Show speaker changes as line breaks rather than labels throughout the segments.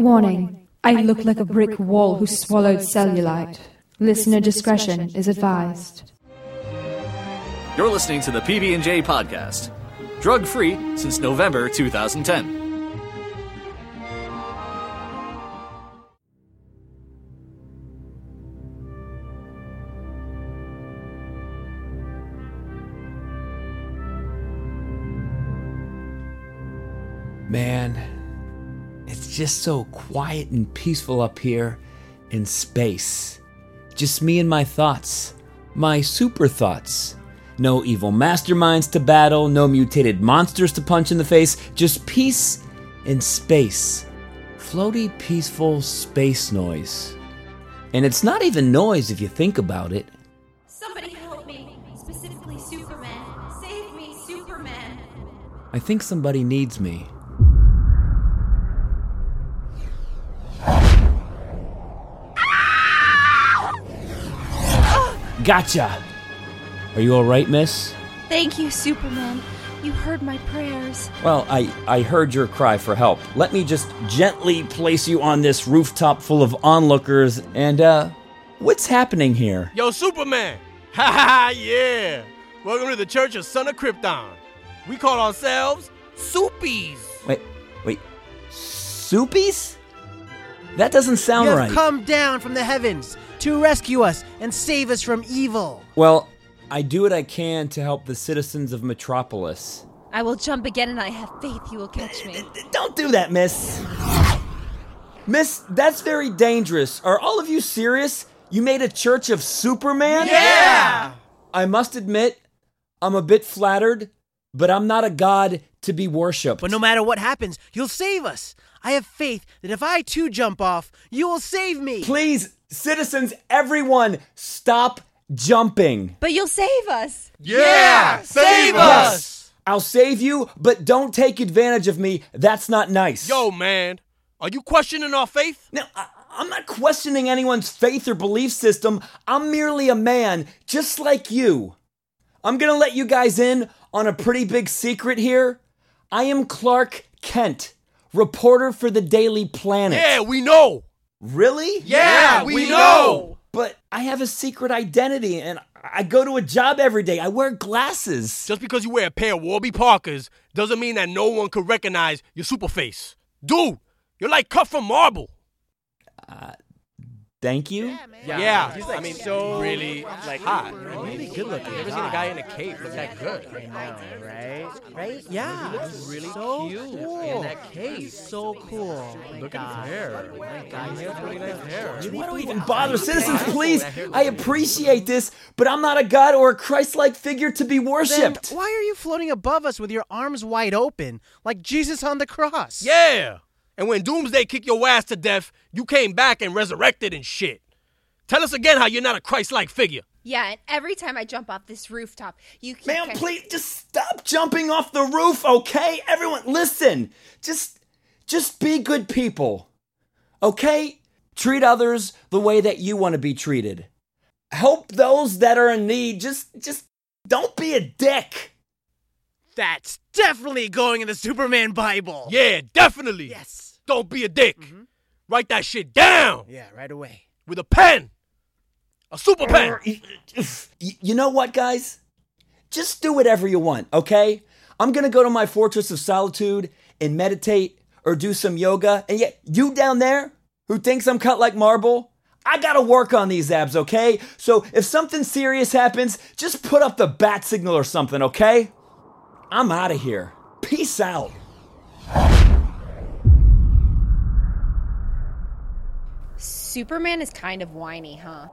Warning. I look like a brick wall who swallowed cellulite. Listener discretion is advised.
You're listening to the PB&J podcast, drug-free since November 2010.
Man, it's just so quiet and peaceful up here in space. Just me and my thoughts, my super thoughts. No evil masterminds to battle, no mutated monsters to punch in the face, just peace and space. Floaty, peaceful space noise. And it's not even noise if you think about it.
Somebody help me. Specifically, Superman. Save me, Superman.
I think somebody needs me. Gotcha! Are you alright, miss?
Thank you, Superman. You heard my prayers.
Well, I, I heard your cry for help. Let me just gently place you on this rooftop full of onlookers and, uh, what's happening here?
Yo, Superman! Ha ha ha, yeah! Welcome to the Church of Son of Krypton. We call ourselves Soupies.
Wait, wait. Soupies? That doesn't sound
you have
right.
come down from the heavens to rescue us and save us from evil.
well, I do what I can to help the citizens of Metropolis.
I will jump again and I have faith you will catch me.
Don't do that, miss. Miss, that's very dangerous. Are all of you serious? You made a church of Superman?
Yeah!
I must admit, I'm a bit flattered, but I'm not a god to be worshipped.
But no matter what happens, you'll save us. I have faith that if I too jump off, you will save me.
Please, citizens, everyone, stop jumping.
But you'll save us!
Yeah! Save us!
I'll save you, but don't take advantage of me. That's not nice.
Yo, man, are you questioning our faith?
Now, I- I'm not questioning anyone's faith or belief system. I'm merely a man, just like you. I'm gonna let you guys in on a pretty big secret here. I am Clark Kent, reporter for the Daily Planet.
Yeah, we know!
Really?
Yeah, we know!
But I have a secret identity and I go to a job every day. I wear glasses.
Just because you wear a pair of Warby Parkers doesn't mean that no one could recognize your super face. Dude, you're like cut from marble.
Thank you.
Uh, Yeah, he's like I mean, so really like hot, really good looking. Never seen a guy in a cape look that good.
Right? Yeah. really so cute cool. in that case. So cool. Look at his hair.
Why do we even bother? Citizens, please. I appreciate this, but I'm not a god or a Christ like figure to be
Then
worshipped.
why are you floating above us with your arms wide open, like Jesus on the cross?
Yeah. And when Doomsday kicked your ass to death, you came back and resurrected and shit. Tell us again how you're not a Christ like figure.
Yeah, and every time I jump off this rooftop, you keep
Ma'am,
catch-
please just stop jumping off the roof, okay? Everyone, listen. Just just be good people. Okay? Treat others the way that you want to be treated. Help those that are in need. Just just don't be a dick.
That's definitely going in the Superman Bible.
Yeah, definitely.
Yes.
Don't be a dick. Write that shit down
Yeah, right away.
with a pen. A super pen.
Y- You know what, guys? Just do whatever you want, okay? I'm gonna go to my fortress of solitude and meditate or do some yoga. And yet, you down there who thinks I'm cut like marble, I gotta work on these abs, okay? So if something serious happens, just put up the bat signal or something, okay? I'm out of here. Peace out.
Superman is kind of whiny, huh?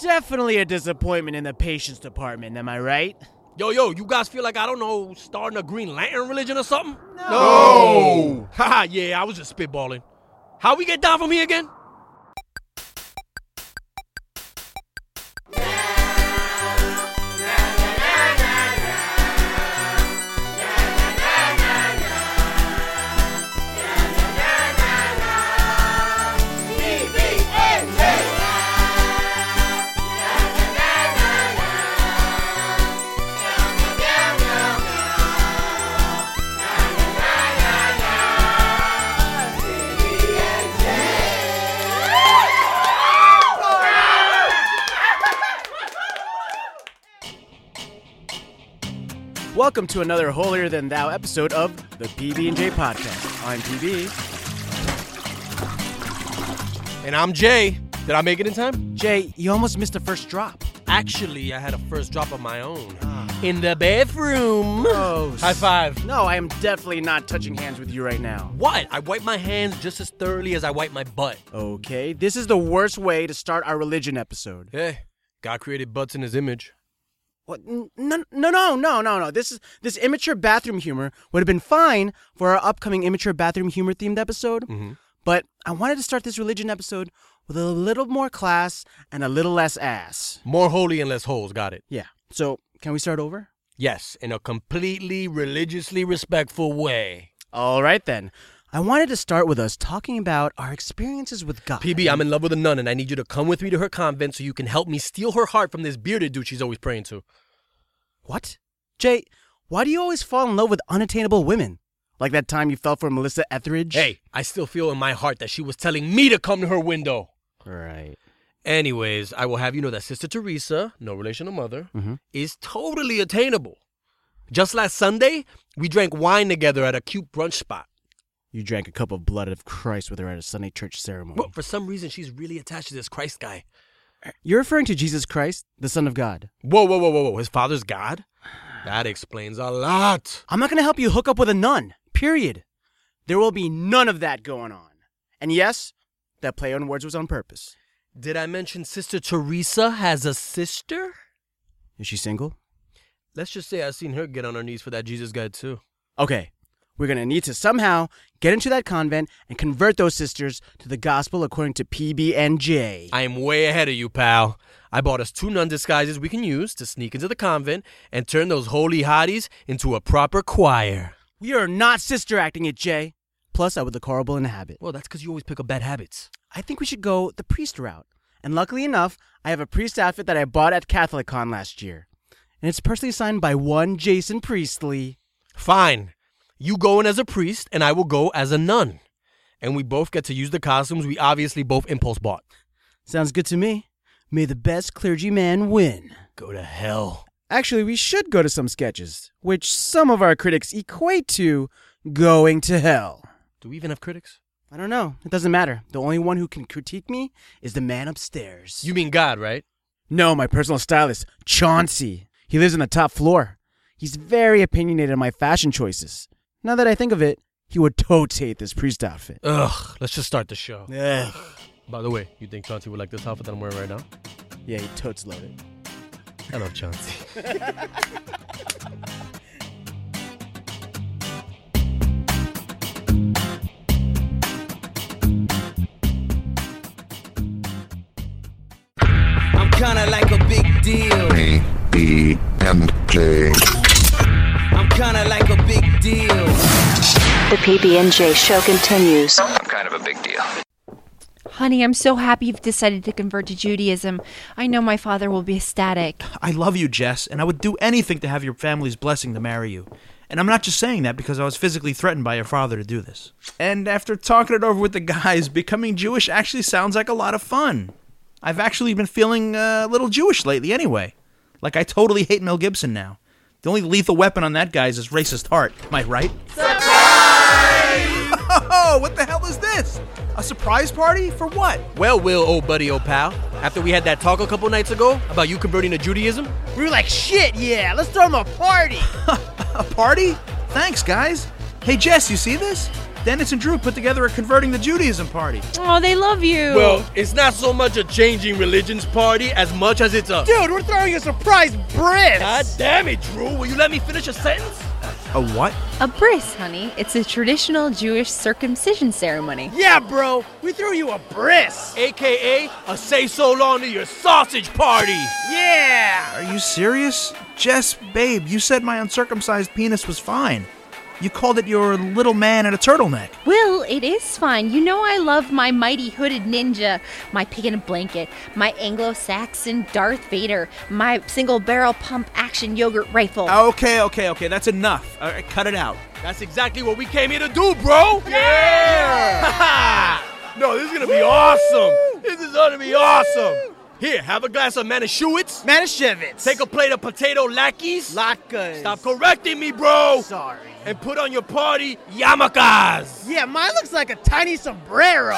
Definitely a disappointment in the patients department, am I right?
Yo, yo, you guys feel like, I don't know, starting a Green Lantern religion or something? No. Haha, yeah, I was just spitballing. How we get down from here again?
Yeah!
Welcome to another holier than thou episode of the PB and J podcast. I'm PB.
And I'm Jay. Did I make it in time?
Jay, you almost missed the first drop.
Actually, I had a first drop of my own. In the bathroom.
Gross.
Ah. High five.
No, I am definitely not touching hands with you right now.
What? I wipe my hands just as thoroughly as I wipe my butt.
Okay, this is the worst way to start our religion episode.
Hey, God created butts in his image.
What? N- No, no, no, no, no, no. This is this immature bathroom humor would have been fine for our upcoming immature bathroom humor themed episode. But I wanted to start this religion episode with a little more class and a little less ass.
More holy and less holes, got it.
Yeah. So can we start over?
Yes, in a completely religiously respectful way.
All right then. I wanted to start with us talking about our experiences with God.
PB, I'm in love with a nun and I need you to come with me to her convent so you can help me steal her heart from this bearded dude she's always praying to.
What? Jay, why do you always fall in love with unattainable women? Like that time you fell for Melissa Etheridge?
Hey, I still feel in my heart that she was telling me to come to her window.
Right.
Anyways, I will have you know that Sister Teresa, no relation to mother,
Mhm.
is totally attainable. Just last Sunday, we drank wine together at a cute brunch spot.
You drank a cup of blood of Christ with her at a Sunday church ceremony.
But for some reason, she's really attached to this Christ guy.
You're referring to Jesus Christ, the Son of God.
Whoa, whoa, whoa, whoa, whoa. His father's God? That explains a lot.
I'm not going to help you hook up with a nun, period. There will be none of that going on. And yes, that play on words was on purpose.
Did I mention Sister Teresa has a sister?
Is she single?
Let's just say I've seen her get on her knees for that Jesus guy, too.
Okay, we're going to need to somehow get into that convent and convert those sisters to the gospel according to PB&J.
I am way ahead of you, pal. I bought us two nun disguises we can use to sneak into the convent and turn those holy hotties into a proper choir.
We are not sister acting it, Jay. Plus, I would look horrible in a habit.
Well, that's because you always pick up bad habits.
I think we should go the priest route. And luckily enough, I have a priest outfit that I bought at CatholicCon last year. And it's personally signed by one Jason Priestley.
Fine. You go in as a priest, and I will go as a nun. And we both get to use the costumes we obviously both impulse bought.
Sounds good to me. May the best clergyman win.
Go to hell.
Actually, we should go to some sketches, which some of our critics equate to going to hell.
Do we even have critics?
I don't know. It doesn't matter. The only one who can critique me is the man upstairs.
You mean God, right?
No, my personal stylist, Chauncey. He lives on the top floor. He's very opinionated on my fashion choices. Now that I think of it, he would totes hate this priest outfit.
Ugh, let's just start the show.
Ugh.
By the way, you think Chauncey would like this outfit that I'm wearing right now?
Yeah, he totes love it.
I love Chauncey.
I'm kinda like a big deal.
A, B, and J.
I'm kinda like a big deal.
The PB&J show continues.
I'm kind of a big deal.
Honey, I'm so happy you've decided to convert to Judaism. I know my father will be ecstatic.
I love you, Jess, and I would do anything to have your family's blessing to marry you. And I'm not just saying that because I was physically threatened by your father to do this. And after talking it over with the guys, becoming Jewish actually sounds like a lot of fun. I've actually been feeling uh, a little Jewish lately anyway. Like I totally hate Mel Gibson now. The only lethal weapon on that guy is his racist heart. Am I right? Surprise! Oh, what the hell is this? A surprise party? For what?
Well, Will, old buddy, old pal, after we had that talk a couple nights ago about you converting to Judaism,
We were like, shit, yeah, let's throw him a party.
A party? Thanks, guys. Hey, Jess, you see this? Dennis and Drew put together a converting to Judaism party.
Oh, they love you.
well, it's not so much a changing religions party as much as it's a.
Dude, we're throwing a surprise Brit.
God damn it, Drew! Will you let me finish a sentence?
A what?
a bris, honey. It's a traditional Jewish circumcision ceremony.
Yeah, bro, we threw you a bris.
AKA a say so long to your sausage party.
Yeah.
Are you serious? Jess, babe, you said my uncircumcised penis was fine. You called it your little man in a turtleneck.
Will, it is fine. You know I love my mighty hooded ninja, my pig in a blanket, my Anglo-Saxon Darth Vader, my single barrel pump action yogurt rifle.
Okay, okay, okay, that's enough. All right, cut it out.
That's exactly what we came here to do, bro. Yeah. no, this is gonna be awesome. This is gonna be awesome. Here, have a glass of Manischewitz.
Manischewitz.
Take a plate of potato lackeys.
Latkes.
Stop correcting me, bro.
Sorry.
And put on your party yarmulkes.
Yeah, mine looks like a tiny sombrero.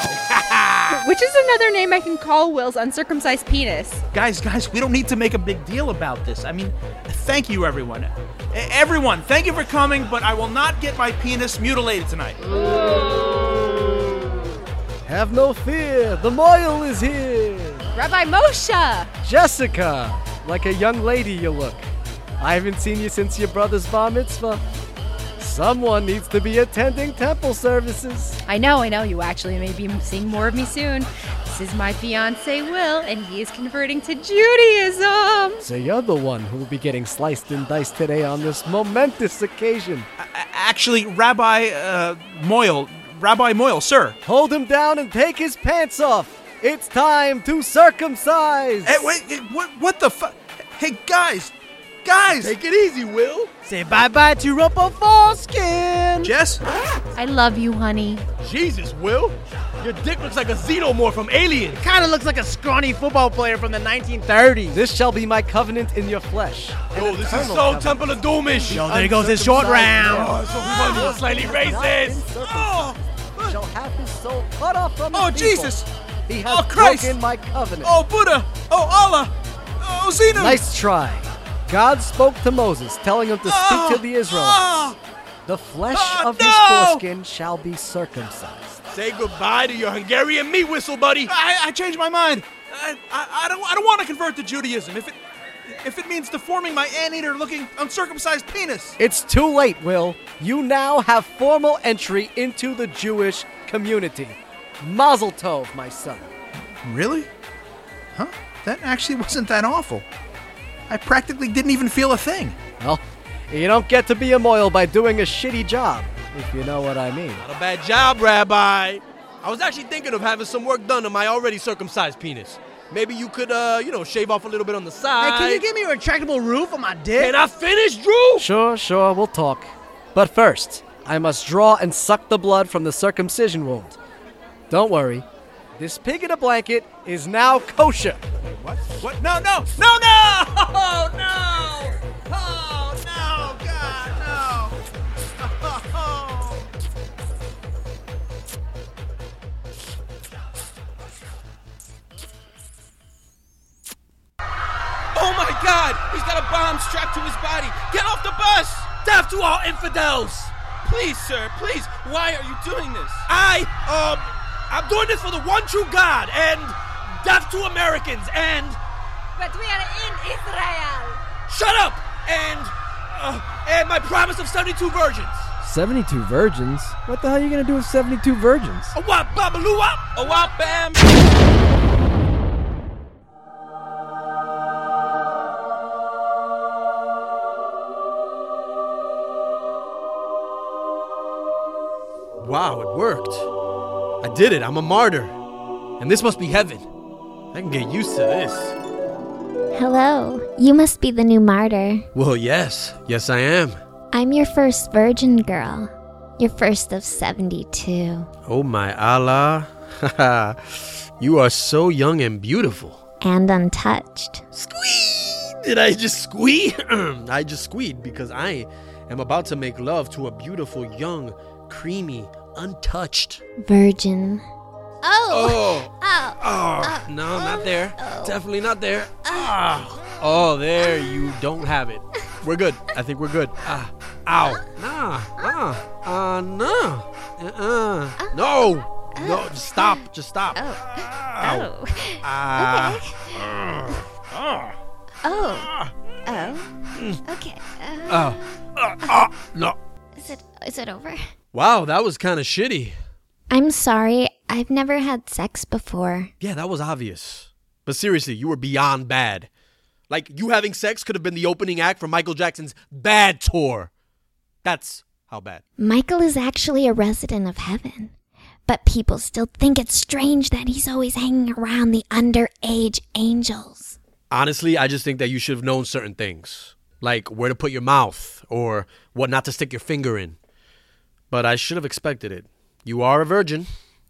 Which is another name I can call Will's uncircumcised penis.
Guys, guys, we don't need to make a big deal about this. I mean, thank you, everyone. E- Everyone, thank you for coming, but I will not get my penis mutilated tonight.
Have no fear, the Moyle is here!
Rabbi Moshe!
Jessica! Like a young lady you look. I haven't seen you since your brother's bar mitzvah. Someone needs to be attending temple services.
I know, I know, you actually may be seeing more of me soon. This is my fiance, Will, and he is converting to Judaism.
So you're the one who will be getting sliced and diced today on this momentous occasion.
Actually, Rabbi uh, Moyle, Rabbi Moyle, sir.
Hold him down and take his pants off. It's time to circumcise.
Hey, wait, eh, what, what the fuck? Hey, guys, guys! Take
it easy, Will.
Say bye bye to Rumple Foreskin.
Jess?
I love you, honey.
Jesus, Will. Your dick looks like a xenomorph from Alien.
Kind of looks like a scrawny football player from the 1930s.
This shall be my covenant in your flesh.
Yo, this is so Temple of Doomish.
Yo, there goes his short round.
Oh, it's so funny, but slightly racist.
Shall have his soul cut off from
Oh,
his people.
Jesus!
He has
Oh, Christ!
broken my covenant.
Oh, Buddha! Oh, Allah! Oh, Zeno!
Nice try. God spoke to Moses, telling him to
Ah,
speak to the Israelites. The flesh
Ah,
of his
no!
Oh.
foreskin shall be circumcised.
Say goodbye to your Hungarian meat whistle, buddy.
I, I changed my mind. I, I, I don't, I don't want to convert to Judaism if it, if it means deforming my anteater-looking uncircumcised penis.
It's too late, Will. You now have formal entry into the Jewish community. Mazel tov, my son.
Really? Huh? That actually wasn't that awful. I practically didn't even feel a thing.
Well, you don't get to be a moil by doing a shitty job, if you know what I mean.
Not a bad job, Rabbi. I was actually thinking of having some work done to my already circumcised penis. Maybe you could, uh, you know, shave off a little bit on the side.
Hey, can you give me a retractable roof on my dick?
Can I finish, Drew?
Sure, sure, we'll talk. But first, I must draw and suck the blood from the circumcision wound. Don't worry, this pig in a blanket is now kosher.
What? No, no, no, no! Oh, no! Oh, no, God, no! Oh.
Oh my god! He's got a bomb strapped to his body! Get off the bus! Death to all infidels! Please, sir, please, why are you doing this?
I, um, I'm doing this for the one true God and death to Americans and
But we are in Israel.
shut up and uh, and my promise of 72 virgins.
72 virgins? What the hell are you gonna do with 72 virgins?
A wop, babaloo wop, a wop, bam. Wow, it worked. I did it. I'm a martyr. And this must be heaven. I can get used to this.
Hello. You must be the new martyr.
Well, yes. Yes, I am.
I'm your first virgin girl. Your first of 72.
Oh, my Allah. you are so young and beautiful.
And untouched.
Did I just squee? I just squeed because I am about to make love to a beautiful, young, creamy, untouched.
Virgin.
Oh! Oh! no, not there. Definitely not there. Ah. Oh, there. You don't have it. We're good. I think we're good. Ah. Ow. Nah. Ah. Uh, no. Uh-uh. No. No. Just stop. Just stop. Ow. Ah. Ah.
Oh. Oh. Okay. uh,
Ah. Ah. Ah. No.
Is it is it over?
Wow, that was kind of shitty.
I'm sorry. I've never had sex before.
Yeah, that was obvious. But seriously, you were beyond bad. Like, you having sex could have been the opening act for Michael Jackson's Bad Tour. That's how bad.
Michael is actually a resident of heaven. But people still think it's strange that he's always hanging around the underage angels.
Honestly, I just think that you should have known certain things, like where to put your mouth or what not to stick your finger in. But I should have expected it. You are a virgin.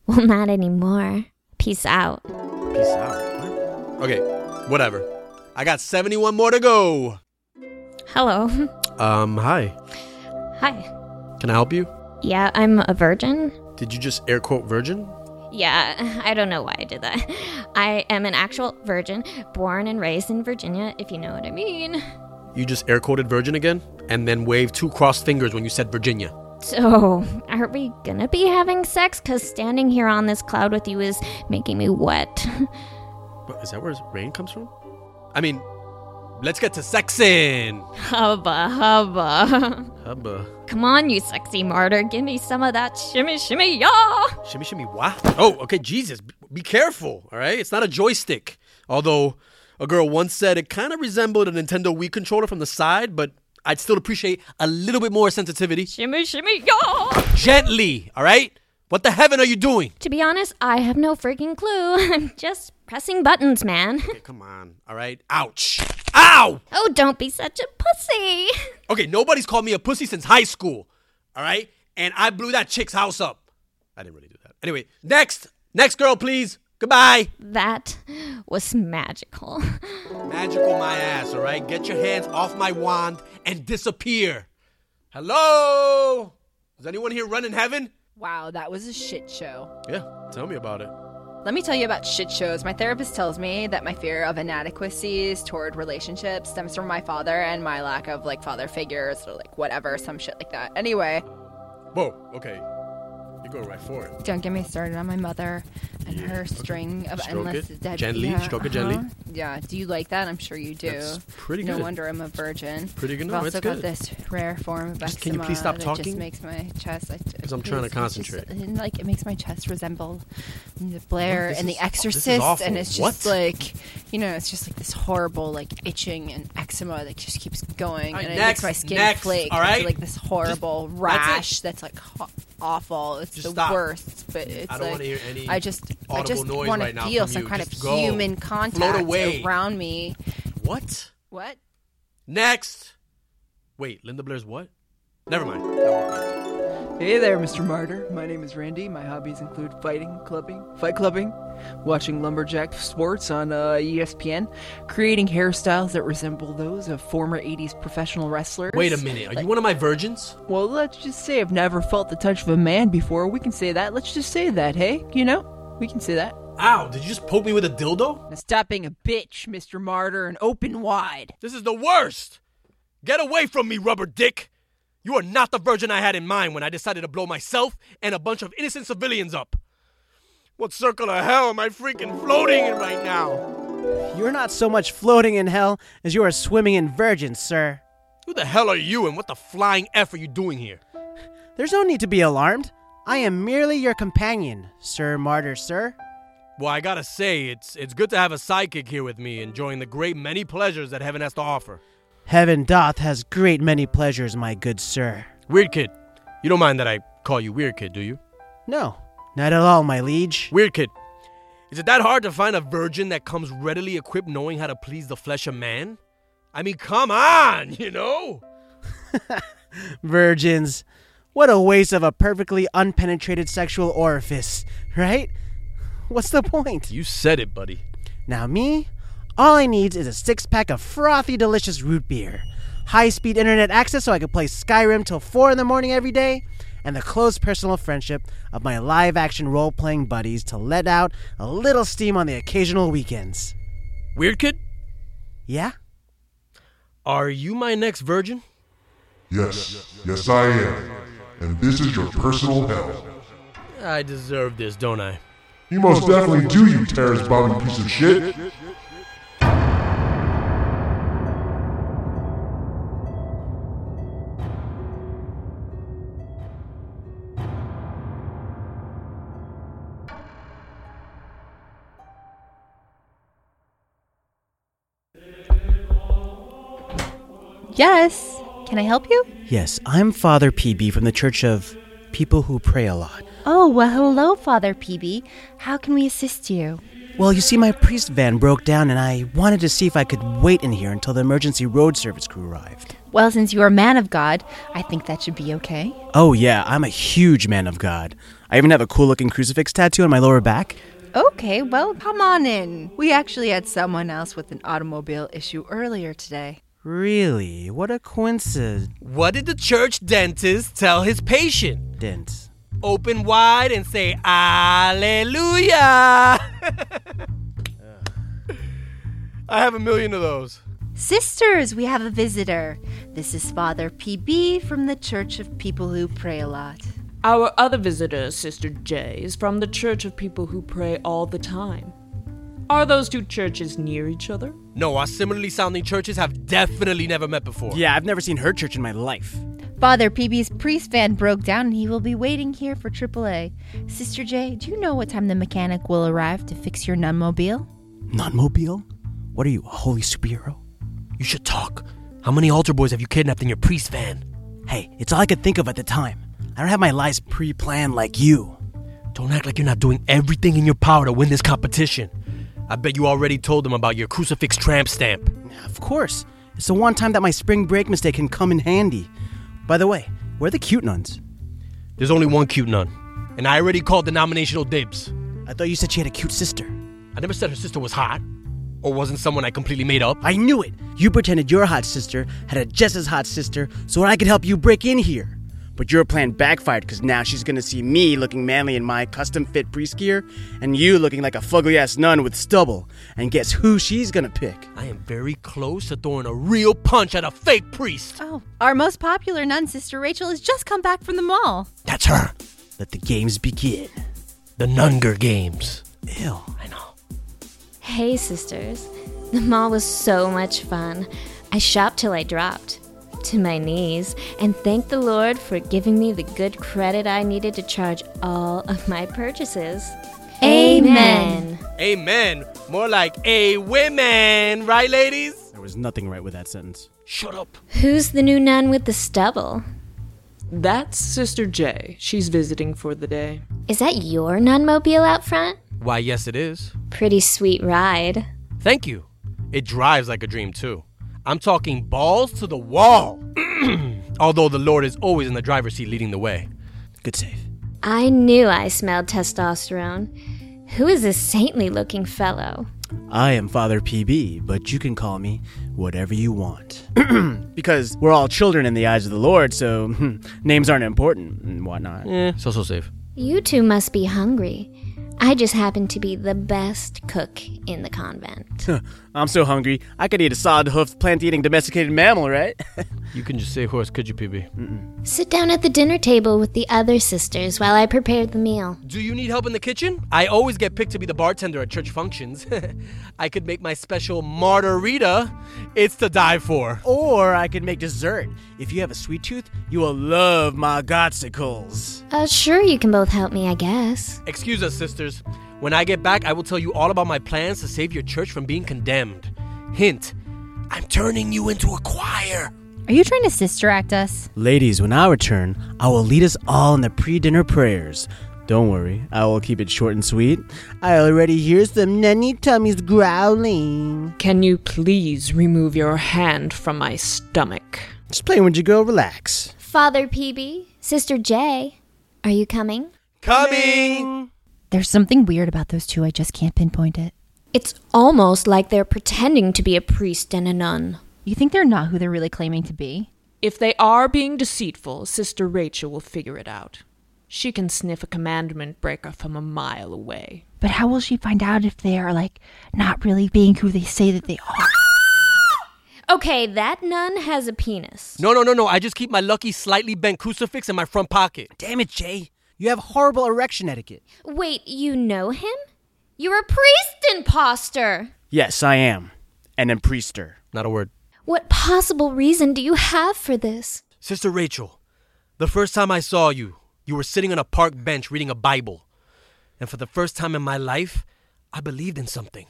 Well, not anymore. Peace out.
Peace out. Okay, Whatever. I got 71 more to go.
Hello.
Um, hi.
Hi.
Can I help you?
Yeah, I'm a virgin.
Did you just air quote virgin?
Yeah, I don't know why I did that. I am an actual virgin, born and raised in Virginia, if you know what I mean.
You just air quoted virgin again and then waved two crossed fingers when you said Virginia.
So, are we gonna be having sex? Because standing here on this cloud with you is making me wet.
What, Is that where rain comes from? I mean, let's get to sexin.
Hubba, hubba.
Hubba.
Come on, you sexy martyr, give me some of that shimmy, shimmy, y'all.
Shimmy, shimmy, wah. Oh, okay, Jesus. b- Be careful, all right? It's not a joystick. Although, a girl once said it kind of resembled a Nintendo Wii controller from the side, but I'd still appreciate a little bit more sensitivity.
Shimmy, shimmy, y'all.
Gently, all right? What the heaven are you doing?
To be honest, I have no freaking clue. I'm just pressing buttons, man.
Come on, all right? Ouch. Ow!
Oh, don't be such a pussy.
Okay, nobody's called me a pussy since high school, all right? And I blew that chick's house up. I didn't really do that. Anyway, next. Next girl, please. Goodbye.
That was magical.
Magical my ass, all right? Get your hands off my wand and disappear. Hello? Is anyone here running heaven?
Wow, that was a shit show.
Yeah, tell me about it.
Let me tell you about shit shows. My therapist tells me that my fear of inadequacies toward relationships stems from my father and my lack of like father figures or like whatever, some shit like that. Anyway,
Whoa, okay. You go right for it.
don't get me started on my mother and her string of
Stroke
endless
it
dead
gently,
yeah,
stroke it gently.
uh-huh. Yeah, do you like that? I'm sure you do.
That's pretty
No
good.
wonder I'm a virgin.
Pretty good. No,
I've also
it's
got
good.
this rare form of
Just- can you please
eczema
stop
that
talking?
Just makes my chest. Because
'Cause I'm trying to concentrate.
and, like it makes my chest resemble the Blair
What? This
and
is-
the
oh, this is
Exorcist,
awful.
and it's
What?
just like you know, it's just like this horrible like itching and eczema that just keeps going,
All right,
and it makes
next,
my skin
next,
flake.
all
into,
right?
like this horrible
Just- that's it.
rash that's, like ho- awful. It's the
stop.
worst, but it's
I don't
like
wanna hear any
I just I
audible
just
noise
want
right
to
now
feel
from
some
you.
kind
Just
of
go.
human
Float
contact
away.
around me.
What?
What?
Next. Wait, Linda Blair's what? Never mind.
Hey there, Mr. Martyr. My name is Randy. My hobbies include fighting, clubbing, fight clubbing, watching lumberjack sports on uh, ESPN, creating hairstyles that resemble those of former 80s professional wrestlers.
Wait a minute. Are you one of my virgins?
Well, let's just say I've never felt the touch of a man before. We can say that. Let's just say that, hey? You know? We can say that.
Ow, did you just poke me with a dildo?
Now stop being a bitch, Mr. Martyr, and open wide.
This is the worst! Get away from me, rubber dick! You are not the virgin I had in mind when I decided to blow myself and a bunch of innocent civilians up. What circle of hell am I freaking floating in right now?
You're not so much floating in hell as you are swimming in virgins, sir.
Who the hell are you and what the flying F are you doing here?
There's no need to be alarmed. I am merely your companion, Sir Martyr, sir.
Well, I gotta say, it's it's good to have a sidekick here with me, enjoying the great many pleasures that heaven has to offer.
Heaven doth has great many pleasures, my good sir.
Weird kid, you don't mind that I call you weird kid, do you?
No, not at all, my liege.
Weird kid. Is it that hard to find a virgin that comes readily equipped knowing how to please the flesh of man? I mean, come on, you know?
Virgins. What a waste of a perfectly unpenetrated sexual orifice, right? What's the point?
You said it, buddy.
Now, me, all I need is a six pack of frothy, delicious root beer, high speed internet access so I can play Skyrim till 4 in the morning every day, and the close personal friendship of my live action role playing buddies to let out a little steam on the occasional weekends.
Weird kid,
Yeah?
are you my next virgin?
Yes, yes, I am. And this is your personal hell.
I deserve this, don't I?
You most definitely do, you Terrence bombing piece of shit.
Yes. Can I help you?
Yes, I'm Father PB from the Church of People Who Pray a Lot.
Oh, well, hello, Father PB. How can we assist you?
Well, you see, my priest van broke down, and I wanted to see if I could wait in here until the emergency road service crew arrived.
Well, since you are a man of God, I think that should be okay.
Oh, yeah, I'm a huge man of God. I even have a cool looking crucifix tattoo on my lower back.
Okay, well, come on in. We actually had someone else with an automobile issue earlier today.
Really? What a coincidence.
What did the church dentist tell his patient? Open wide and say, Alleluia! I have a million of those.
Sisters, we have a visitor. This is Father PB from the Church of People Who Pray a Lot.
Our other visitor, Sister J, is from the Church of People Who Pray All the Time. Are those two churches near each other?
No, our similarly sounding churches have definitely never met before.
Yeah, I've never seen her church in my life.
Father PB's priest van broke down and he will be waiting here for AAA. Sister J, do you know what time the mechanic will arrive to fix your nunmobile?
Non-mobile? What are you, a holy superhero?
You should talk. How many altar boys have you kidnapped in your priest van?
Hey, it's all I could think of at the time. I don't have my lies pre-planned like you.
Don't act like you're not doing everything in your power to win this competition. I bet you already told them about your crucifix tramp stamp.
Of course. It's the one time that my spring break mistake can come in handy. By the way, where are the cute nuns?
There's only one cute nun, and I already called denominational dibs.
I thought you said she had a cute sister.
I never said her sister was hot, or wasn't someone I completely made up.
I knew it. You pretended your hot sister had a just as hot sister so I could help you break in here. But your plan backfired because now she's gonna see me looking manly in my custom fit priest gear and you looking like a fugly ass nun with stubble. And guess who she's gonna pick?
I am very close to throwing a real punch at a fake priest.
Oh, our most popular nun, Sister Rachel, has just come back from the mall.
That's her.
Let the games begin.
The Nunger Games.
Ew.
Hey, sisters. The mall was so much fun. I shopped till I dropped to my knees and thanked the Lord for giving me the good credit I needed to charge all of my purchases. Amen.
Amen. More like a women, right, ladies?
There was nothing right with that sentence.
Shut up.
Who's the new nun with the stubble?
That's Sister J. She's visiting for the day.
Is that your nunmobile out front?
Why, yes, it is.
Pretty sweet ride.
Thank you. It drives like a dream, too. I'm talking balls to the wall. Although the Lord is always in the driver's seat leading the way.
Good save.
I knew I smelled testosterone. Who is this saintly looking fellow?
I am Father PB, but you can call me whatever you want. because we're all children in the eyes of the Lord, so hmm, names aren't important and whatnot.
Yeah, Eh, so so safe.
You two must be hungry. I just happen to be the best cook in the convent.
I'm so hungry. I could eat a solid hoofed, plant eating, domesticated mammal, right?
You can just say horse, could you, PB?
Sit down at the dinner table with the other sisters while I prepare the meal.
Do you need help in the kitchen? I always get picked to be the bartender at church functions. I could make my special margarita. It's to die for.
or I could make dessert. If you have a sweet tooth, you will love my gotsicles.
Uh, sure, you can both help me, I guess.
Excuse us, sisters. When I get back, I will tell you all about my plans to save your church from being condemned. Hint I'm turning you into a choir.
Are you trying to sister act us?
Ladies, when I return, I will lead us all in the pre dinner prayers. Don't worry, I will keep it short and sweet. I already hear some nanny tummies growling.
Can you please remove your hand from my stomach?
Just playing with you, girl. Relax.
Father PB, Sister J, are you coming?
Coming!
There's something weird about those two, I just can't pinpoint it.
It's almost like they're pretending to be a priest and a nun.
You think they're not who they're really claiming to be?
If they are being deceitful, Sister Rachel will figure it out. She can sniff a commandment breaker from a mile away.
But how will she find out if they are, like, not really being who they say that they are?
Okay, that nun has a penis.
No, no, no, no. I just keep my lucky, slightly bent crucifix in my front pocket.
Damn it, Jay. You have horrible erection etiquette.
Wait, you know him? You're a priest imposter!
Yes, I am. And am priester.
Not a word.
What possible reason do you have for this?
Sister Rachel, the first time I saw you, you were sitting on a park bench reading a Bible. And for the first time in my life, I believed in something.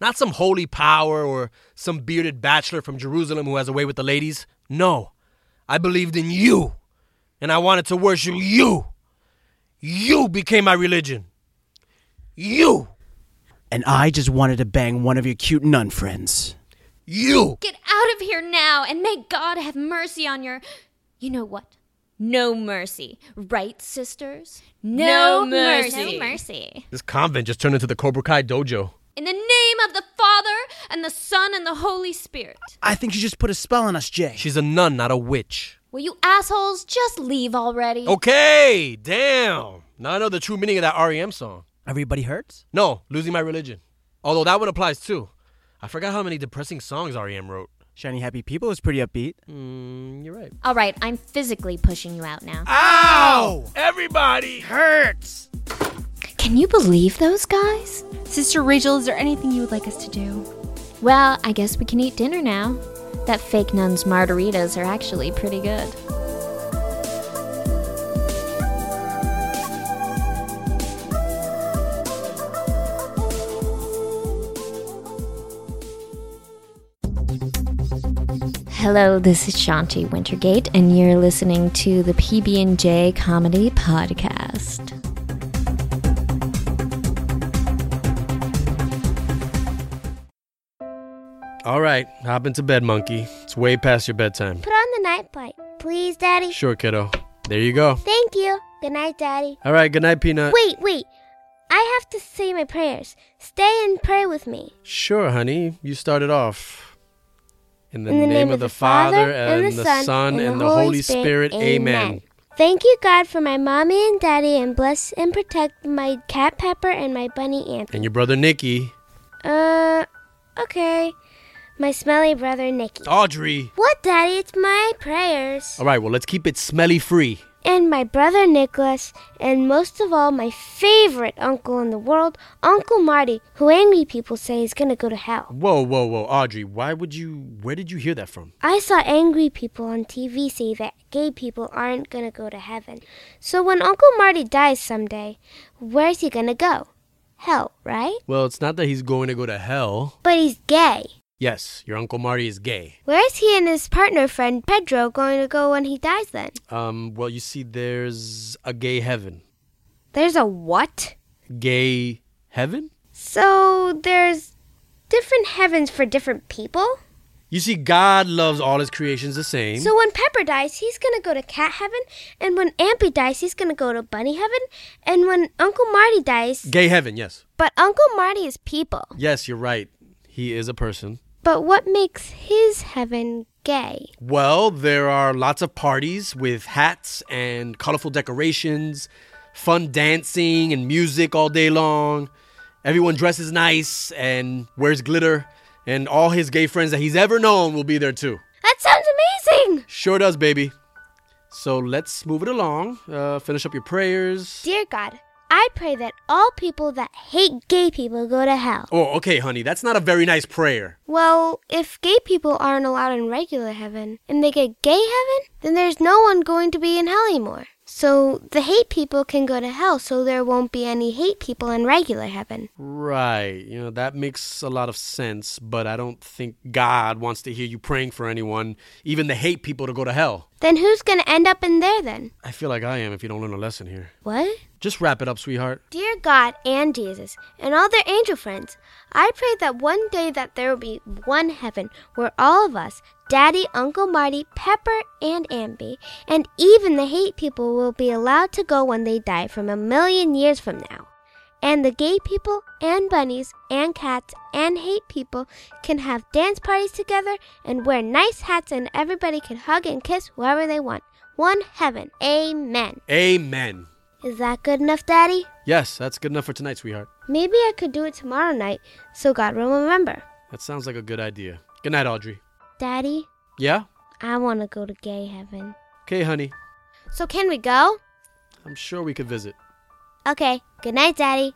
Not some holy power or some bearded bachelor from Jerusalem who has a way with the ladies. No, I believed in you. And I wanted to worship you. You became my religion. You!
And I just wanted to bang one of your cute nun friends.
You!
Get out of here now and may God have mercy on your. You know what? No mercy. Right, sisters?
No mercy.
No mercy.
This convent just turned into the Cobra Kai dojo.
In the name of the Father, and the Son, and the Holy Spirit.
I think she just put a spell on us, Jay. She's a nun, not a witch.
Will you assholes just leave already?
Oh. Okay, damn. Now I know the true meaning of that REM song.
Everybody hurts?
No, losing my religion. Although that one applies too. I forgot how many depressing songs REM wrote.
Shiny Happy People is pretty upbeat.
Mm, you're right.
All right, I'm physically pushing you out now.
Ow! Everybody hurts.
Can you believe those guys?
Sister Rachel, is there anything you would like us to do?
Well, I guess we can eat dinner now. That fake nun's margaritas are actually pretty good. Hello, this is Shanti Wintergate, and you're listening to the PB&J Comedy Podcast.
All right, hop into bed, monkey. It's way past your bedtime.
Put on the night light, please, Daddy.
Sure, kiddo. There you go.
Thank you. Good night, Daddy.
All right, good night, Peanut.
Wait, wait. I have to say my prayers. Stay and pray with me.
Sure, honey. You started off. In the, name, of the, Father, and, the Son, and the Holy Spirit. Amen.
Thank you, God, for my mommy and daddy, and bless and protect my cat Pepper and my bunny Anthony.
And your brother Nicky.
Uh, okay. My smelly brother Nicky.
Audrey.
What, Daddy? It's my prayers.
All right, well, let's keep it smelly free.
And my brother Nicholas, and most of all, my favorite uncle in the world, Uncle Marty, who angry people say is gonna go to hell.
Whoa, whoa, whoa, Audrey, why would you. Where did you hear that from?
I saw angry people on TV say that gay people aren't gonna go to heaven. So when Uncle Marty dies someday, where's he gonna go? Hell, right?
Well, it's not that he's going to go to hell.
But he's gay.
Yes, your Uncle Marty is gay.
Where's he and his partner friend Pedro going to go when he dies then?
Um, well, you see, there's a gay heaven.
There's a what?
Gay heaven?
So there's different heavens for different people?
You see, God loves all his creations the same.
So when Pepper dies, he's going to go to cat heaven, and when Ampy dies, he's going to go to bunny heaven, and when Uncle Marty dies,
gay heaven, yes.
but Uncle Marty is people.
Yes, you're right. He is a person.
But what makes his heaven gay?
Well, there are lots of parties with hats and colorful decorations, fun dancing and music all day long. Everyone dresses nice and wears glitter, and all his gay friends that he's ever known will be there too.
That sounds amazing!
Sure does, baby. So let's move it along. Uh, finish up your prayers.
Dear God, I pray that all people that hate gay people go to hell.
Oh, okay, honey, that's not a very nice prayer.
Well, if gay people aren't allowed in regular heaven and they get gay heaven, then there's no one going to be in hell anymore. So the hate people can go to hell, so there won't be any hate people in regular heaven.
Right. You know, that makes a lot of sense, but I don't think God wants to hear you praying for anyone, even the hate people, to go to hell.
Then who's going to end up in there then?
I feel like I am if you don't learn a lesson here.
What?
Just wrap it up, sweetheart.
Dear God and Jesus and all their angel friends, I pray that one day that there will be one heaven where all of us, Daddy, Uncle Marty, Pepper, and Amby, and even the hate people will be allowed to go when they die from a million years from now. And the gay people and bunnies and cats and hate people can have dance parties together and wear nice hats and everybody can hug and kiss whoever they want. One heaven. Amen.
Amen.
Is that good enough, Daddy?
Yes, that's good enough for tonight, sweetheart.
Maybe I could do it tomorrow night so God will remember.
That sounds like a good idea. Good night, Audrey.
Daddy,
Yeah?
I want to go to gay heaven.
Okay, honey.
So can we go?
I'm sure we could visit.
Okay. Good night, Daddy.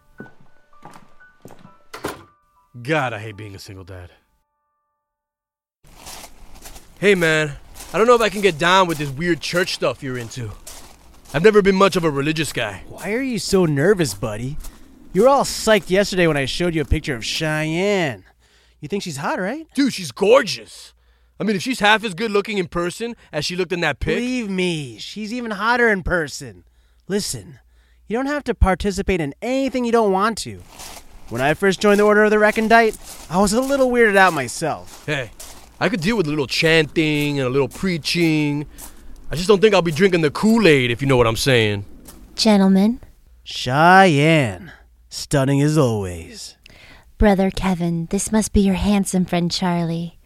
God, I hate being a single dad. Hey, man, I don't know if I can get down with this weird church stuff you're into. I've never been much of a religious guy.
Why are you so nervous, buddy? You were all psyched yesterday when I showed you a picture of Cheyenne. You think she's hot, right?
Dude, she's gorgeous. I mean, if she's half as good looking in person as she looked in that pic.
Believe me, she's even hotter in person. Listen, you don't have to participate in anything you don't want to. When I first joined the Order of the Recondite, I was a little weirded out myself.
Hey, I could deal with a little chanting and a little preaching, I just don't think I'll be drinking the Kool Aid, if you know what I'm saying.
Gentlemen,
Cheyenne. Stunning as always.
brother Kevin, this must be your handsome friend Charlie.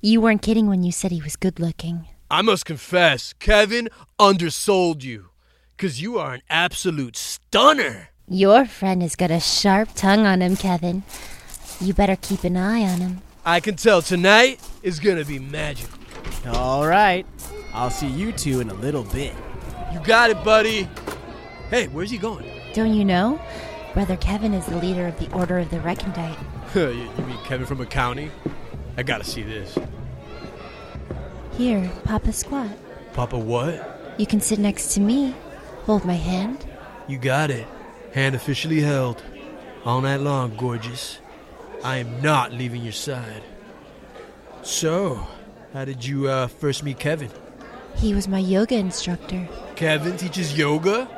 You weren't kidding when you said he was good looking.
I must confess, Kevin undersold you. Because you are an absolute stunner.
Your friend has got a sharp tongue on him, Kevin. You better keep an eye on him.
I can tell tonight is going to be magic.
All right. I'll see you two in a little bit.
You got it, buddy. Hey, where's he going?
Don't you know? Brother Kevin is the leader of the Order of the Recondite.
you you mean Kevin from a county? I gotta see this.
Here, Papa Squat.
Papa, what?
You can sit next to me. Hold my hand.
You got it. Hand officially held. All night long, gorgeous. I am not leaving your side. So, how did you uh, first meet Kevin?
He was my yoga instructor.
Kevin teaches yoga?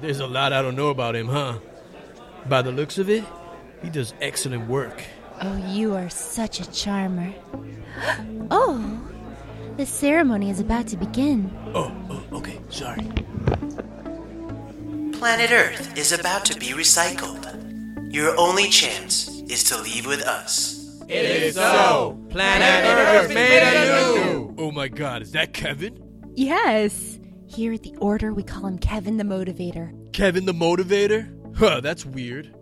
There's a lot I don't know about him, huh? By the looks of it, he does excellent work.
Oh, you are such a charmer. Oh, the ceremony is about to begin.
Oh, oh okay, sorry.
Planet Earth is about to be recycled. Your only chance is to leave with us.
It is so. Planet Earth made anew. Oh my god, is that Kevin?
Yes. Here at the Order, we call him Kevin the Motivator.
Kevin the motivator? Huh, that's weird.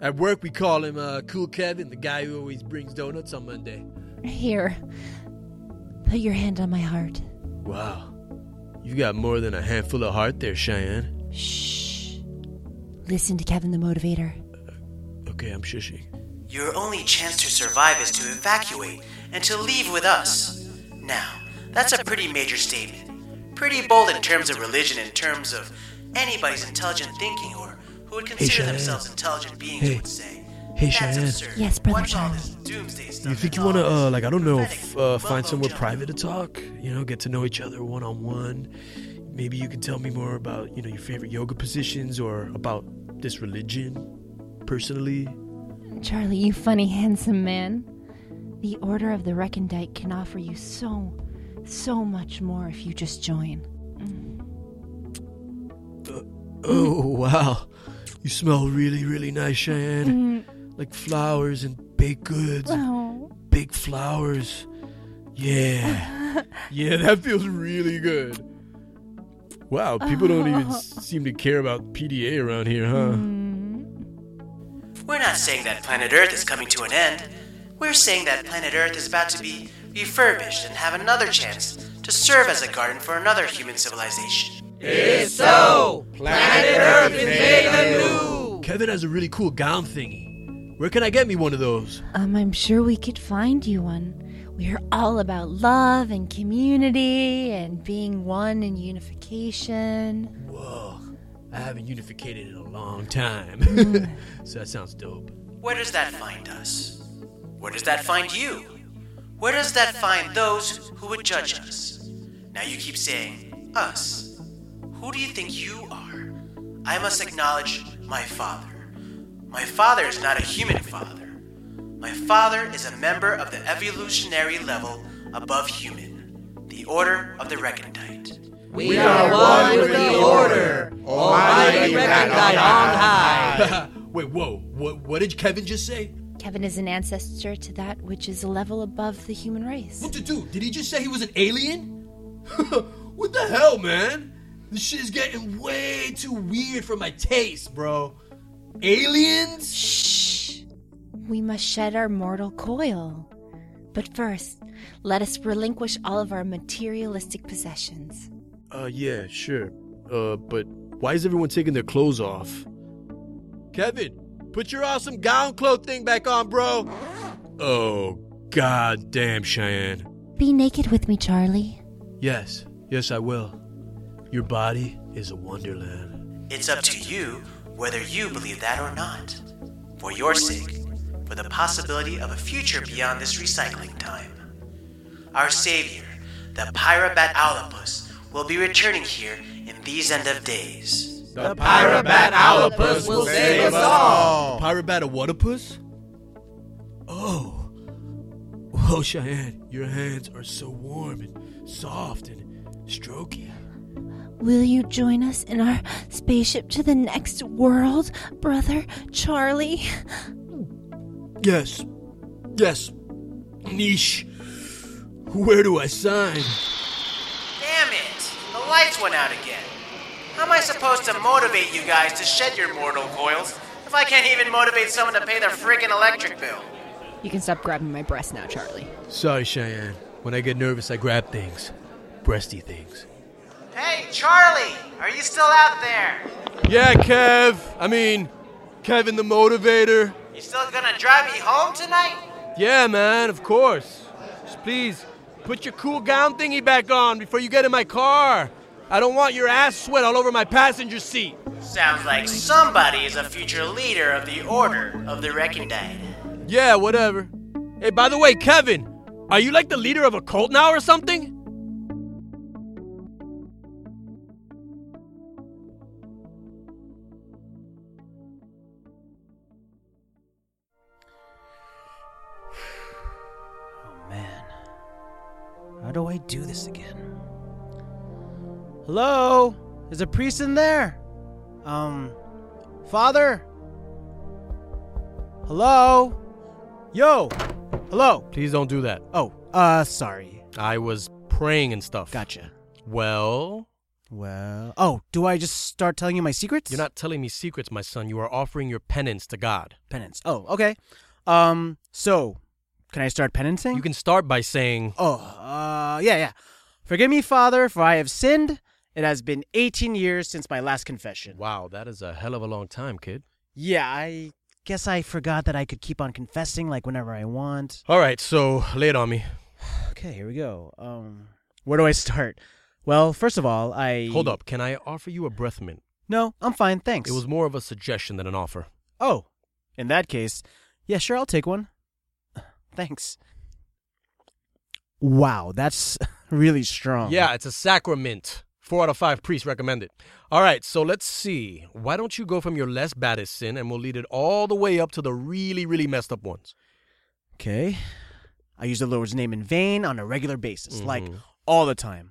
At work, we call him uh, Cool Kevin, the guy who always brings donuts on Monday.
Here, put your hand on my heart.
Wow. You got more than a handful of heart there, Cheyenne.
Listen to Kevin the Motivator.
Okay, I'm shushing.
Your only chance to survive is to evacuate and to leave with us. Now, that's a pretty major statement. Pretty bold in terms of religion, in terms of anybody's intelligent thinking or who would consider
Cheyenne.
themselves intelligent beings
Hey.
would say.
Hey,
That's
Cheyenne.
absurd.
Yes, brother
What's all this doomsday
You think you want to, uh, like, I don't know, f- uh, find somewhere private to talk? You know, get to know each other one on one. Maybe you could tell me more about, you know, your favorite yoga positions or about this religion personally.
Charlie, you funny, handsome man. The Order of the Recondite can offer you so, so much more if you just join.
Oh, wow. You smell really, really nice, Cheyenne. Like flowers and baked goods.
Oh.
Big flowers. Yeah. yeah, that feels really good. Wow, people don't even s- seem to care about PDA around here, huh?
We're not saying that planet Earth is coming to an end. We're saying that planet Earth is about to be refurbished and have another chance to serve as a garden for another human civilization.
It's so! Planet Earth is made anew! Kevin has a really cool gown thingy. Where can I get me one of those?
Um, I'm sure we could find you one. We're all about love and community and being one and unification.
Whoa, I haven't unified in a long time. so that sounds dope.
Where does that find us? Where does that find you? Where does that find those who would judge us? Now you keep saying, us. Who do you think you are? I must acknowledge my father. My father is not a human father. My father is a member of the evolutionary level above human, the Order of the Recondite.
We are one with the order. Almighty recondite on
high. Wait, whoa. What, what did Kevin just say?
Kevin is an ancestor to that which is a level above the human race.
What to do? Did he just say he was an alien? what the hell, man? This shit is getting way too weird for my taste, bro. Aliens?
Shh! We must shed our mortal coil. But first, let us relinquish all of our materialistic possessions.
Uh, yeah, sure. Uh, but why is everyone taking their clothes off? Kevin, put your awesome gown cloth thing back on, bro. Oh, god damn, Cheyenne.
Be naked with me, Charlie.
Yes, yes, I will. Your body is a wonderland.
It's up to you whether you believe that or not. For your sake, for the possibility of a future beyond this recycling time. Our savior, the Pyrobat Olympus, will be returning here in these end of days.
The
Pyrobat
Alapus
will save us
Oh.
all.
Pyrobat a whatapus? Oh. Oh, Cheyenne, your hands are so warm and soft and
Stroke you.
Will you join us in our spaceship to the next world, brother Charlie?
Yes. Yes. Niche. Where do I sign?
Damn it! The lights went out again. How am I supposed to motivate you guys to shed your mortal coils if I can't even motivate someone to pay their friggin' electric bill?
You can stop grabbing my breast now, Charlie.
Sorry, Cheyenne. When I get nervous, I grab things. Breasty things.
Hey, Charlie! Are you still out there?
Yeah, Kev. I mean, Kevin the Motivator.
You still gonna drive me home tonight?
Yeah, man, of course. Just please, put your cool gown thingy back on before you get in my car. I don't want your ass sweat all over my passenger seat.
Sounds like somebody is a future leader of the Order of the Recondite.
Yeah, whatever. Hey, by the way, Kevin, are you like the leader of a cult now or something?
How do I do this again?
Hello? There's a priest in there. Um, Father? Hello? Yo! Hello?
Please don't do that.
Oh, uh, sorry.
I was praying and stuff.
Gotcha.
Well,
well. Oh, do I just start telling you my secrets?
You're not telling me secrets, my son. You are offering your penance to God.
Penance. Oh, okay. Um, so, can I start penancing?
You can start by saying,
Oh, uh, yeah, yeah. Forgive me, Father, for I have sinned. It has been 18 years since my last confession.
Wow, that is a hell of a long time, kid.
Yeah, I guess I forgot that I could keep on confessing, like, whenever I want.
All right, so lay it on me.
Okay, here we go. Um, where do I start? Well, first of all, I.
Hold up. Can I offer you a breath mint?
No, I'm fine, thanks.
It was more of a suggestion than an offer.
Oh, in that case, yeah, sure, I'll take one. Thanks. Wow, that's really strong.
Yeah, it's a sacrament. Four out of five priests recommend it. All right, so let's see. Why don't you go from your less baddest sin and we'll lead it all the way up to the really, really messed up ones?
Okay. I use the Lord's name in vain on a regular basis,
Mm-hmm.
like all the time.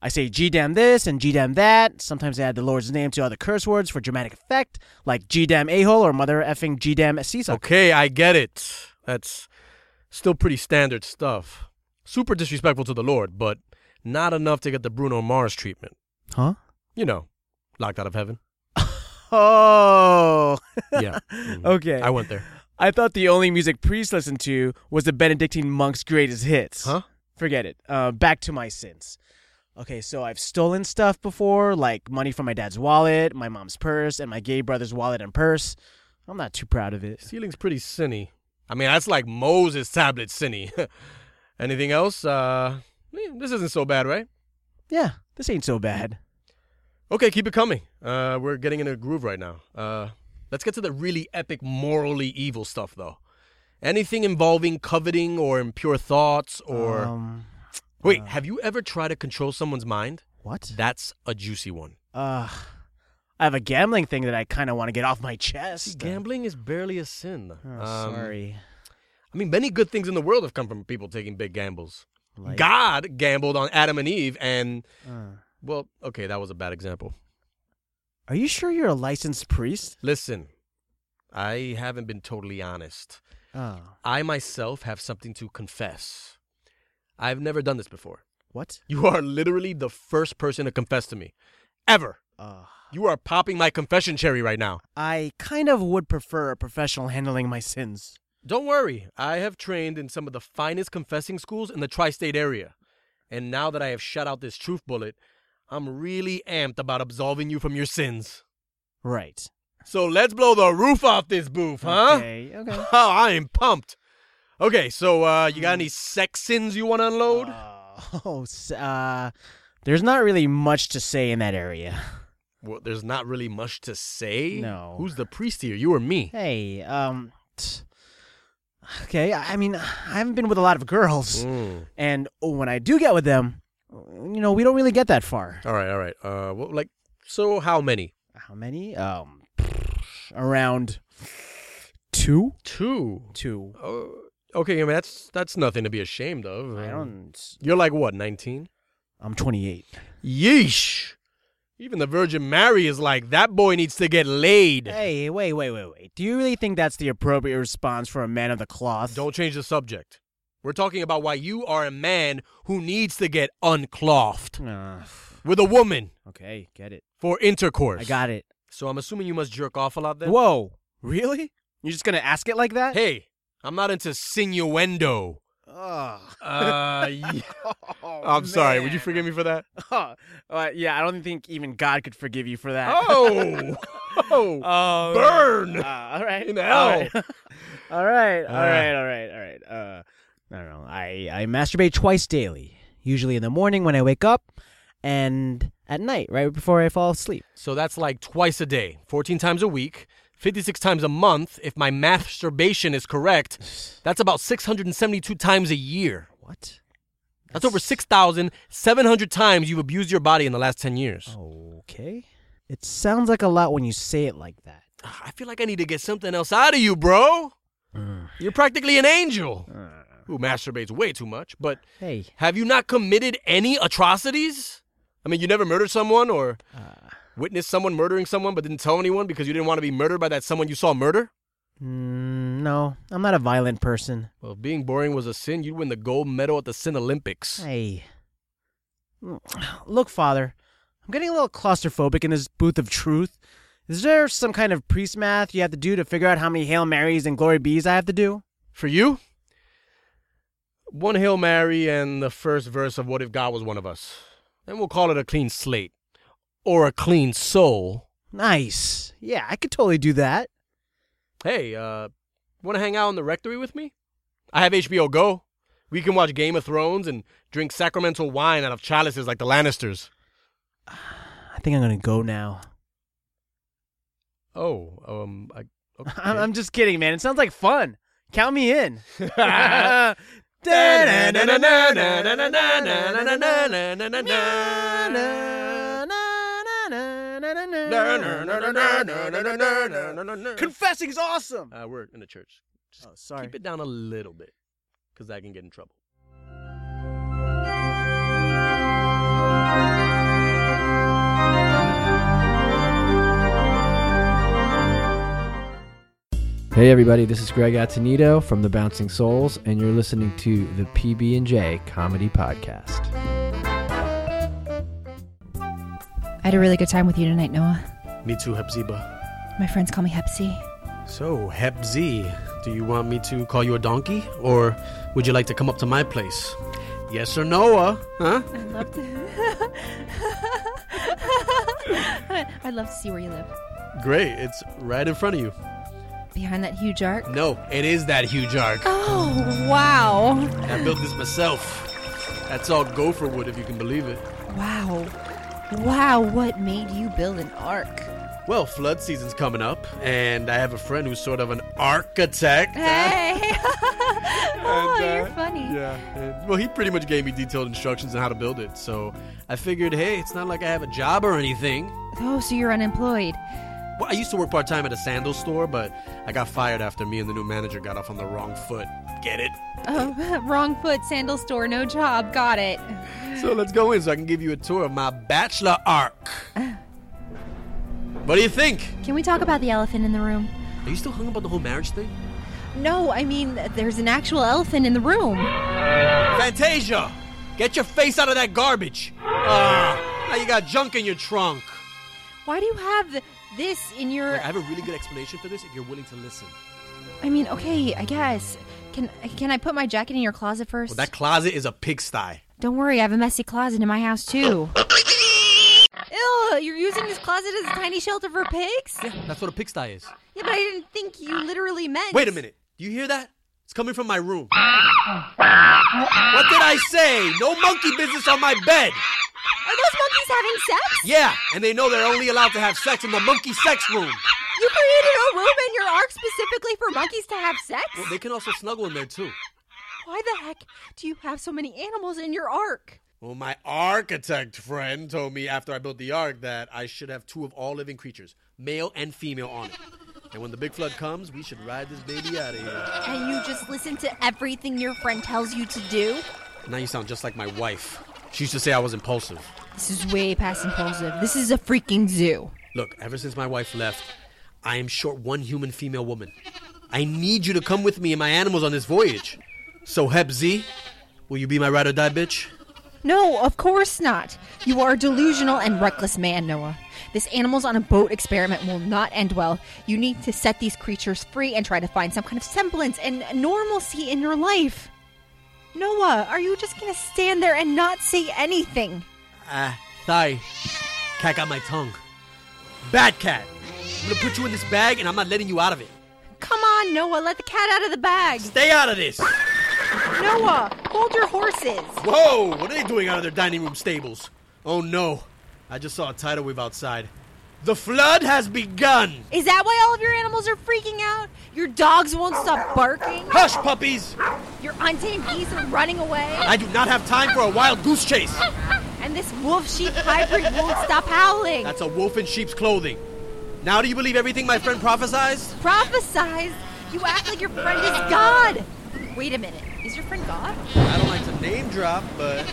I say G damn this and G damn that. Sometimes I add the Lord's name to other curse words for dramatic effect, like G damn a hole or mother effing G damn seesaw.
Okay, I get it. That's still pretty standard stuff. Super disrespectful to the Lord, but not enough to get the Bruno Mars treatment.
Huh?
You know, locked out of heaven.
Oh.
Yeah. Mm-hmm.
okay.
I went there.
I thought the only music priests listened to was the Benedictine monks' greatest hits.
Huh?
Forget it. Uh, back to my sins. Okay, so I've stolen stuff before, like money from my dad's wallet, my mom's purse, and my gay brother's wallet and purse. I'm not too proud of it.
Stealing's pretty sinny. I mean, that's like Moses' tablet sinny. Anything else? Uh, eh, this isn't so bad, right?
Yeah, this ain't so bad.
Okay, keep it coming. Uh, we're getting in a groove right now. Uh, let's get to the really epic, morally evil stuff, though. Anything involving coveting or impure thoughts or.
Um,
Wait, have you ever tried to control someone's mind?
What?
That's a juicy one.
Uh, I have a gambling thing that I kind of want to get off my chest.
Gambling is barely a sin. Um,
Oh, sorry.
I mean, many good things in the world have come from people taking big gambles.
Like-
God gambled on Adam and Eve, and
Uh.
well, okay, that was a bad example.
Are you sure you're a licensed priest?
Listen, I haven't been totally honest.
Oh.
I myself have something to confess. I've never done this before.
What?
You are literally the first person to confess to me, ever. you are popping my confession cherry right now.
Uh, I kind of would prefer a professional handling my sins.
Don't worry, I have trained in some of the finest confessing schools in the tri state area. And now that I have shot out this truth bullet, I'm really amped about absolving you from your sins.
Right.
So let's blow the roof off this booth, huh?
Okay, okay.
Oh, I am pumped. Okay, so uh, you got
Hmm.
any sex sins you want to unload?
Oh, s- uh, there's not really much to say in that area.
well, there's not really much to say.
No.
Who's the priest here, you or me?
Hey, um, t- okay. I I mean, I haven't been with a lot of girls,
Mm. Hmm.
and when I do get with them, you know, we don't really get that far.
All right, all right. Uh, well, like, so how many?
How many? Um, around two.
Two. Uh,
Two.
Oh, okay, I mean that's that's nothing to be ashamed of. I
don't.
You're like what, nineteen?
I'm 28.
Yeesh. Even the Virgin Mary is like, that boy needs to get laid.
Hey, wait, wait, wait, wait. Do you really think that's the appropriate response for a man of the cloth?
Don't change the subject. We're talking about why you are a man who needs to get unclothed with a woman
Ah, Okay, get it.
for intercourse.
I got it.
So I'm assuming you must jerk off a lot then?
Whoa, really? You're just gonna ask it like that?
Hey, I'm not into sinuendo.
Ugh.
Uh, yeah. I'm sorry. Would you forgive me for that?
Oh, uh, yeah, I don't think even God could forgive you for that.
Oh! oh,
oh
burn!
Uh, all right,
In
all
hell.
right, all right, all
Uh.
right, all right, all right. Uh, I don't know. I I masturbate twice daily, usually in the morning when I wake up, and at night, right before I fall asleep.
So that's like twice a day, 14 times a week, 56 times a month. If my masturbation is correct, that's about 672 times a year.
What?
That's over 6,700 times you've abused your body in the last 10 years.
Okay. It sounds like a lot when you say it like that.
I feel like I need to get something else out of you, bro. You're practically an angel who masturbates way too much. But
Hey.
have you not committed any atrocities? I mean, you never murdered someone or witnessed someone murdering someone but didn't tell anyone because you didn't want to be murdered by that someone you saw murder?
Mm, no, I'm not a violent person.
Well, if being boring was a sin, you'd win the gold medal at the Sin Olympics.
Hey. Look, Father, I'm getting a little claustrophobic in this booth of truth. Is there some kind of priest math you have to do to figure out how many Hail Marys and Glory Bees I have to do?
For you? One Hail Mary and the first verse of What If God Was One of Us. Then we'll call it a clean slate or a clean soul.
Nice. Yeah, I could totally do that.
Hey, uh, want to hang out in the rectory with me? I have HBO Go. We can watch Game of Thrones and drink sacramental wine out of chalices like the Lannisters.
I think I'm gonna go now.
Oh, um, I, okay.
I- I'm just kidding, man. It sounds like fun. Count me in. Confessing's awesome.
Uh, we're in the church. Just
oh, sorry.
Keep it down a little bit, because that can get in trouble.
Hey everybody, this is Greg Atenito from the Bouncing Souls, and you're listening to the PB and J Comedy Podcast.
I had a really good time with you tonight, Noah.
Me too, Hepzibah.
My friends call me Hepsi.
So, Hepzi, do you want me to call you a donkey, or would you like to come up to my place? Yes or
uh,
Noah? Huh?
I love to. I'd love to see where you live.
Great, it's right in front of you.
Behind that huge arc.
No, it is that huge arc.
Oh wow!
I built this myself. That's all gopher wood, if you can believe it.
Wow, wow! What made you build an arc?
Well, flood season's coming up, and I have a friend who's sort of an architect.
Hey! oh,
And, uh,
you're funny.
Yeah. Well, he pretty much gave me detailed instructions on how to build it, so I figured, hey, it's not like I have a job or anything.
Oh, so you're unemployed.
Well, I used to work part time at a sandal store, but I got fired after me and the new manager got off on the wrong foot. Get it?
Oh, wrong foot, sandal store, no job. Got it.
So let's go in so I can give you a tour of my bachelor arc. What do you think?
Can we talk about the elephant in the room?
Are you still hung up on the whole marriage thing?
No, I mean there's an actual elephant in the room.
Fantasia, get your face out of that garbage. Ah, now you got junk in your trunk.
Why do you have th- this in your?
Look, I have a really good explanation for this if you're willing to listen.
I mean, okay, I guess. Can can I put my jacket in your closet first?
Well, that closet is a pigsty.
Don't worry, I have a messy closet in my house too. Ew, you're using this closet as a tiny shelter for pigs? Yeah,
That's what a pigsty is.
but I didn't think you literally meant.
Wait a minute. Do you hear that? It's coming from my room. What did I say? No monkey business on my bed.
Are those monkeys having sex?
Yeah, and they know they're only allowed to have sex in the monkey sex room.
You created a room in your ark specifically for monkeys to have sex?
Well, they can also snuggle in there too.
Why the heck do you have so many animals in your ark?
Well, my architect friend told me after I built the ark that I should have two of all living creatures, male and female, on it. And when the big flood comes, we should ride this baby out of here.
And you just listen to everything your friend tells you to do?
Now you sound just like my wife. She used to say I was impulsive.
This is way past impulsive. This is a freaking zoo.
Look, ever since my wife left, I am short one human female woman. I need you to come with me and my animals on this voyage. So, Hep Z, will you be my ride or die bitch?
No, of course not. You are a delusional and reckless man, Noah. This animals on a boat experiment will not end well. You need to set these creatures free and try to find some kind of semblance and normalcy in your life. Noah, are you just going to stand there and not say anything?
Ah, sorry. Cat got my tongue. Bad cat! I'm gonna put you in this bag and I'm not letting you out of it.
Come on, Noah, let the cat out of the bag.
Stay out of this!
Noah, hold your horses.
Whoa! What are they doing out of their dining room stables? Oh no. I just saw a tidal wave outside. The flood has begun!
Is that why all of your animals are freaking out? Your dogs won't stop barking?
Hush, puppies!
Your untamed geese are running away?
I do not have time for a wild goose chase!
And this wolf sheep hybrid won't stop howling.
That's a wolf in sheep's clothing. Now do you believe everything my friend prophesized?
Prophesize? You act like your friend is God! Wait a minute. Is your friend God?
I don't like to name drop, but.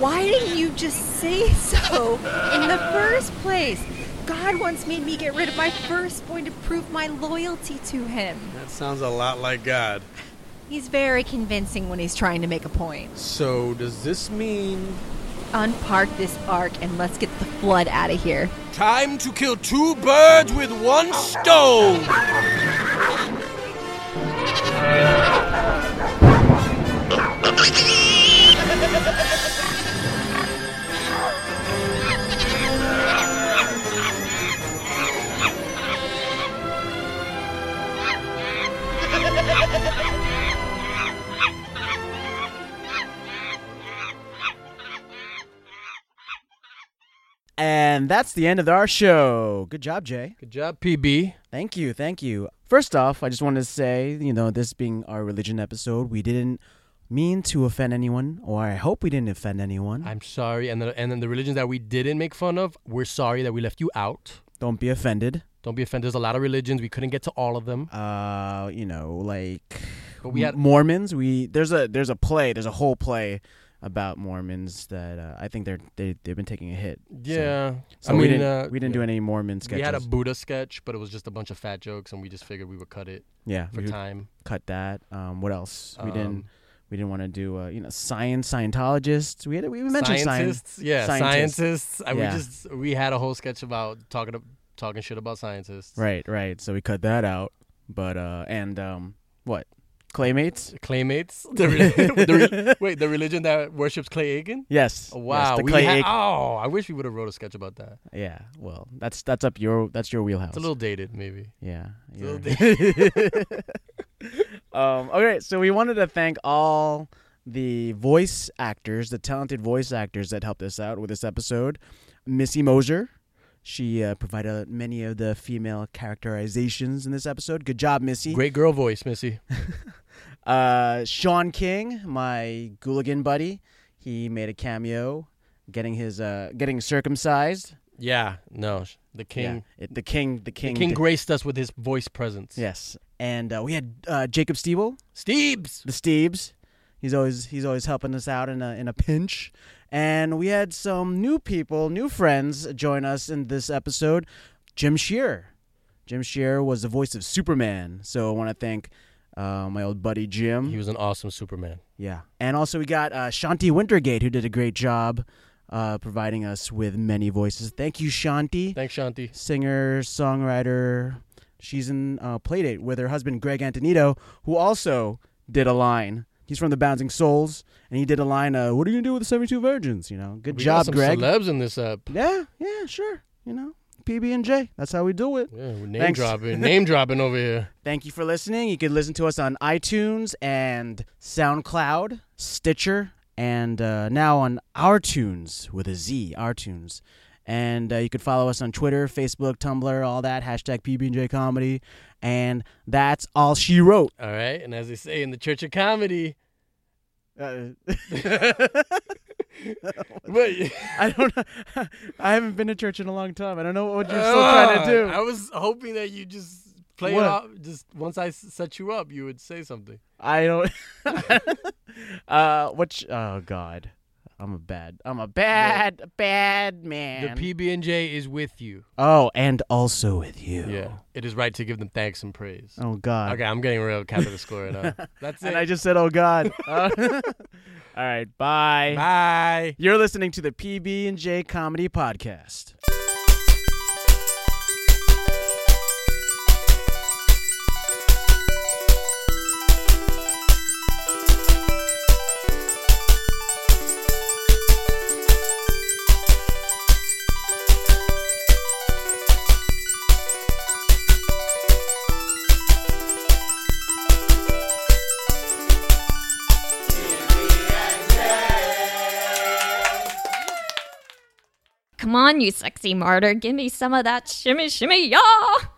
Why didn't you just say so in the first place? God once made me get rid of my firstborn to prove my loyalty to him.
That sounds a lot like God.
He's very convincing when he's trying to make a point.
So, does this mean.
Unpark this ark and let's get the flood out of here.
Time to kill two birds with one stone!
And that's the end of our show. Good job, Jay. Good
job, PB.
Thank you. Thank you. First off, I just wanted to say, you know, this being our religion episode, we didn't mean to offend anyone, or I hope we didn't offend anyone.
I'm sorry, and the, and then the religions that we didn't make fun of, we're sorry that we left you out.
Don't be offended.
Don't be offended. There's a lot of religions. We couldn't get to all of them.
Uh, you know, like
But
Hmm.
we had-
Mormons. We there's a there's a play. There's a whole play about Mormons that uh, I think they're they they've been taking a hit. So-
Yeah.
So,
I
we
mean,
didn't
uh,
we didn't do any Mormon sketches.
We had a Buddha sketch, but it was just a bunch of fat jokes, and we just figured we would cut it.
yeah
For
we
time.
Cut that. Um, what else? We didn't
Um,
we didn't want to do uh, you know science Scientologists. We had we mentioned
scientists.
science.
yeah, scientists. I-
Yeah.
We just we had a whole sketch about talking ab- talking shit about scientists.
Right, right. So we cut that out. But uh and um what? Claymates?
Claymates? The re- the re- wait, the religion that worships Clay Aiken?
Yes,
Oh,
yes,
wow.
the
we
Clay
ha-
Aiken-
Oh, I wish we would have wrote a sketch about that.
Yeah. Well, that's that's up your that's your wheelhouse.
It's a little dated, maybe.
Yeah.
It's a little
yeah. um all right, so we wanted to thank all the voice actors, the talented voice actors that helped us out with this episode. Missy Moser, she uh, provided many of the female characterizations in this episode. Good job, Missy.
Great girl voice, Missy.
Uh, Sean King, my Gooligan buddy, he made a cameo, getting his uh, getting circumcised.
Yeah, no. sh- The king.
Yeah, it- the king, the king,
The king
the-
graced us with his voice presence.
Yes, and uh, we had uh, Jacob Steeble,
Steebs,
the Steebs. He's always he's always helping us out in a in a pinch. And we had some new people, new friends join us in this episode. Jim Shear. Jim Shear was the voice of Superman. So I want to thank uh, my old buddy Jim.
He was an awesome Superman.
Yeah. And also, we got uh, Shanti Wintergate, who did a great job uh, providing us with many voices. Thank you, Shanti.
Thanks, Shanti.
Singer, songwriter. She's in uh, Playdate with her husband, Greg Antonito, who also did a line. He's from the Bouncing Souls, and he did a line, uh, What are you going to do with the 72 Virgins? You know, good
We got
job,
some
Greg.
celebs in this up.
Yeah, yeah, sure. You know, PB&J. That's how we do it.
Yeah, we're name
Thanks.
dropping. Name dropping over here.
Thank you for listening. You can listen to us on iTunes and SoundCloud, Stitcher, and uh, now on Our Tunes with a Z, Our Tunes. And uh, you can follow us on Twitter, Facebook, Tumblr, all that, hashtag PB&J Comedy. And that's all she wrote.
All right. And as they say in the Church of Comedy.
Uh,
Wait.
I don't know. I haven't been to church in a long time. I don't know what you're still trying to do.
Oh, I was hoping that you just play
What?
it off. Just once I s- set you up, you would say something.
I don't. uh, what? sh- oh God. I'm a bad. I'm a bad, bad man.
The PB and J is with you.
oh, and also with you.
Yeah, it is right to give them thanks and praise.
Oh, God.
Okay, I'm getting real capitalist score now. That's it.
And I just said, "Oh God." Uh, all right. Bye.
Bye.
You're listening to the PB and J Comedy Podcast.
Come on, you sexy martyr, give me some of that shimmy shimmy, y'all!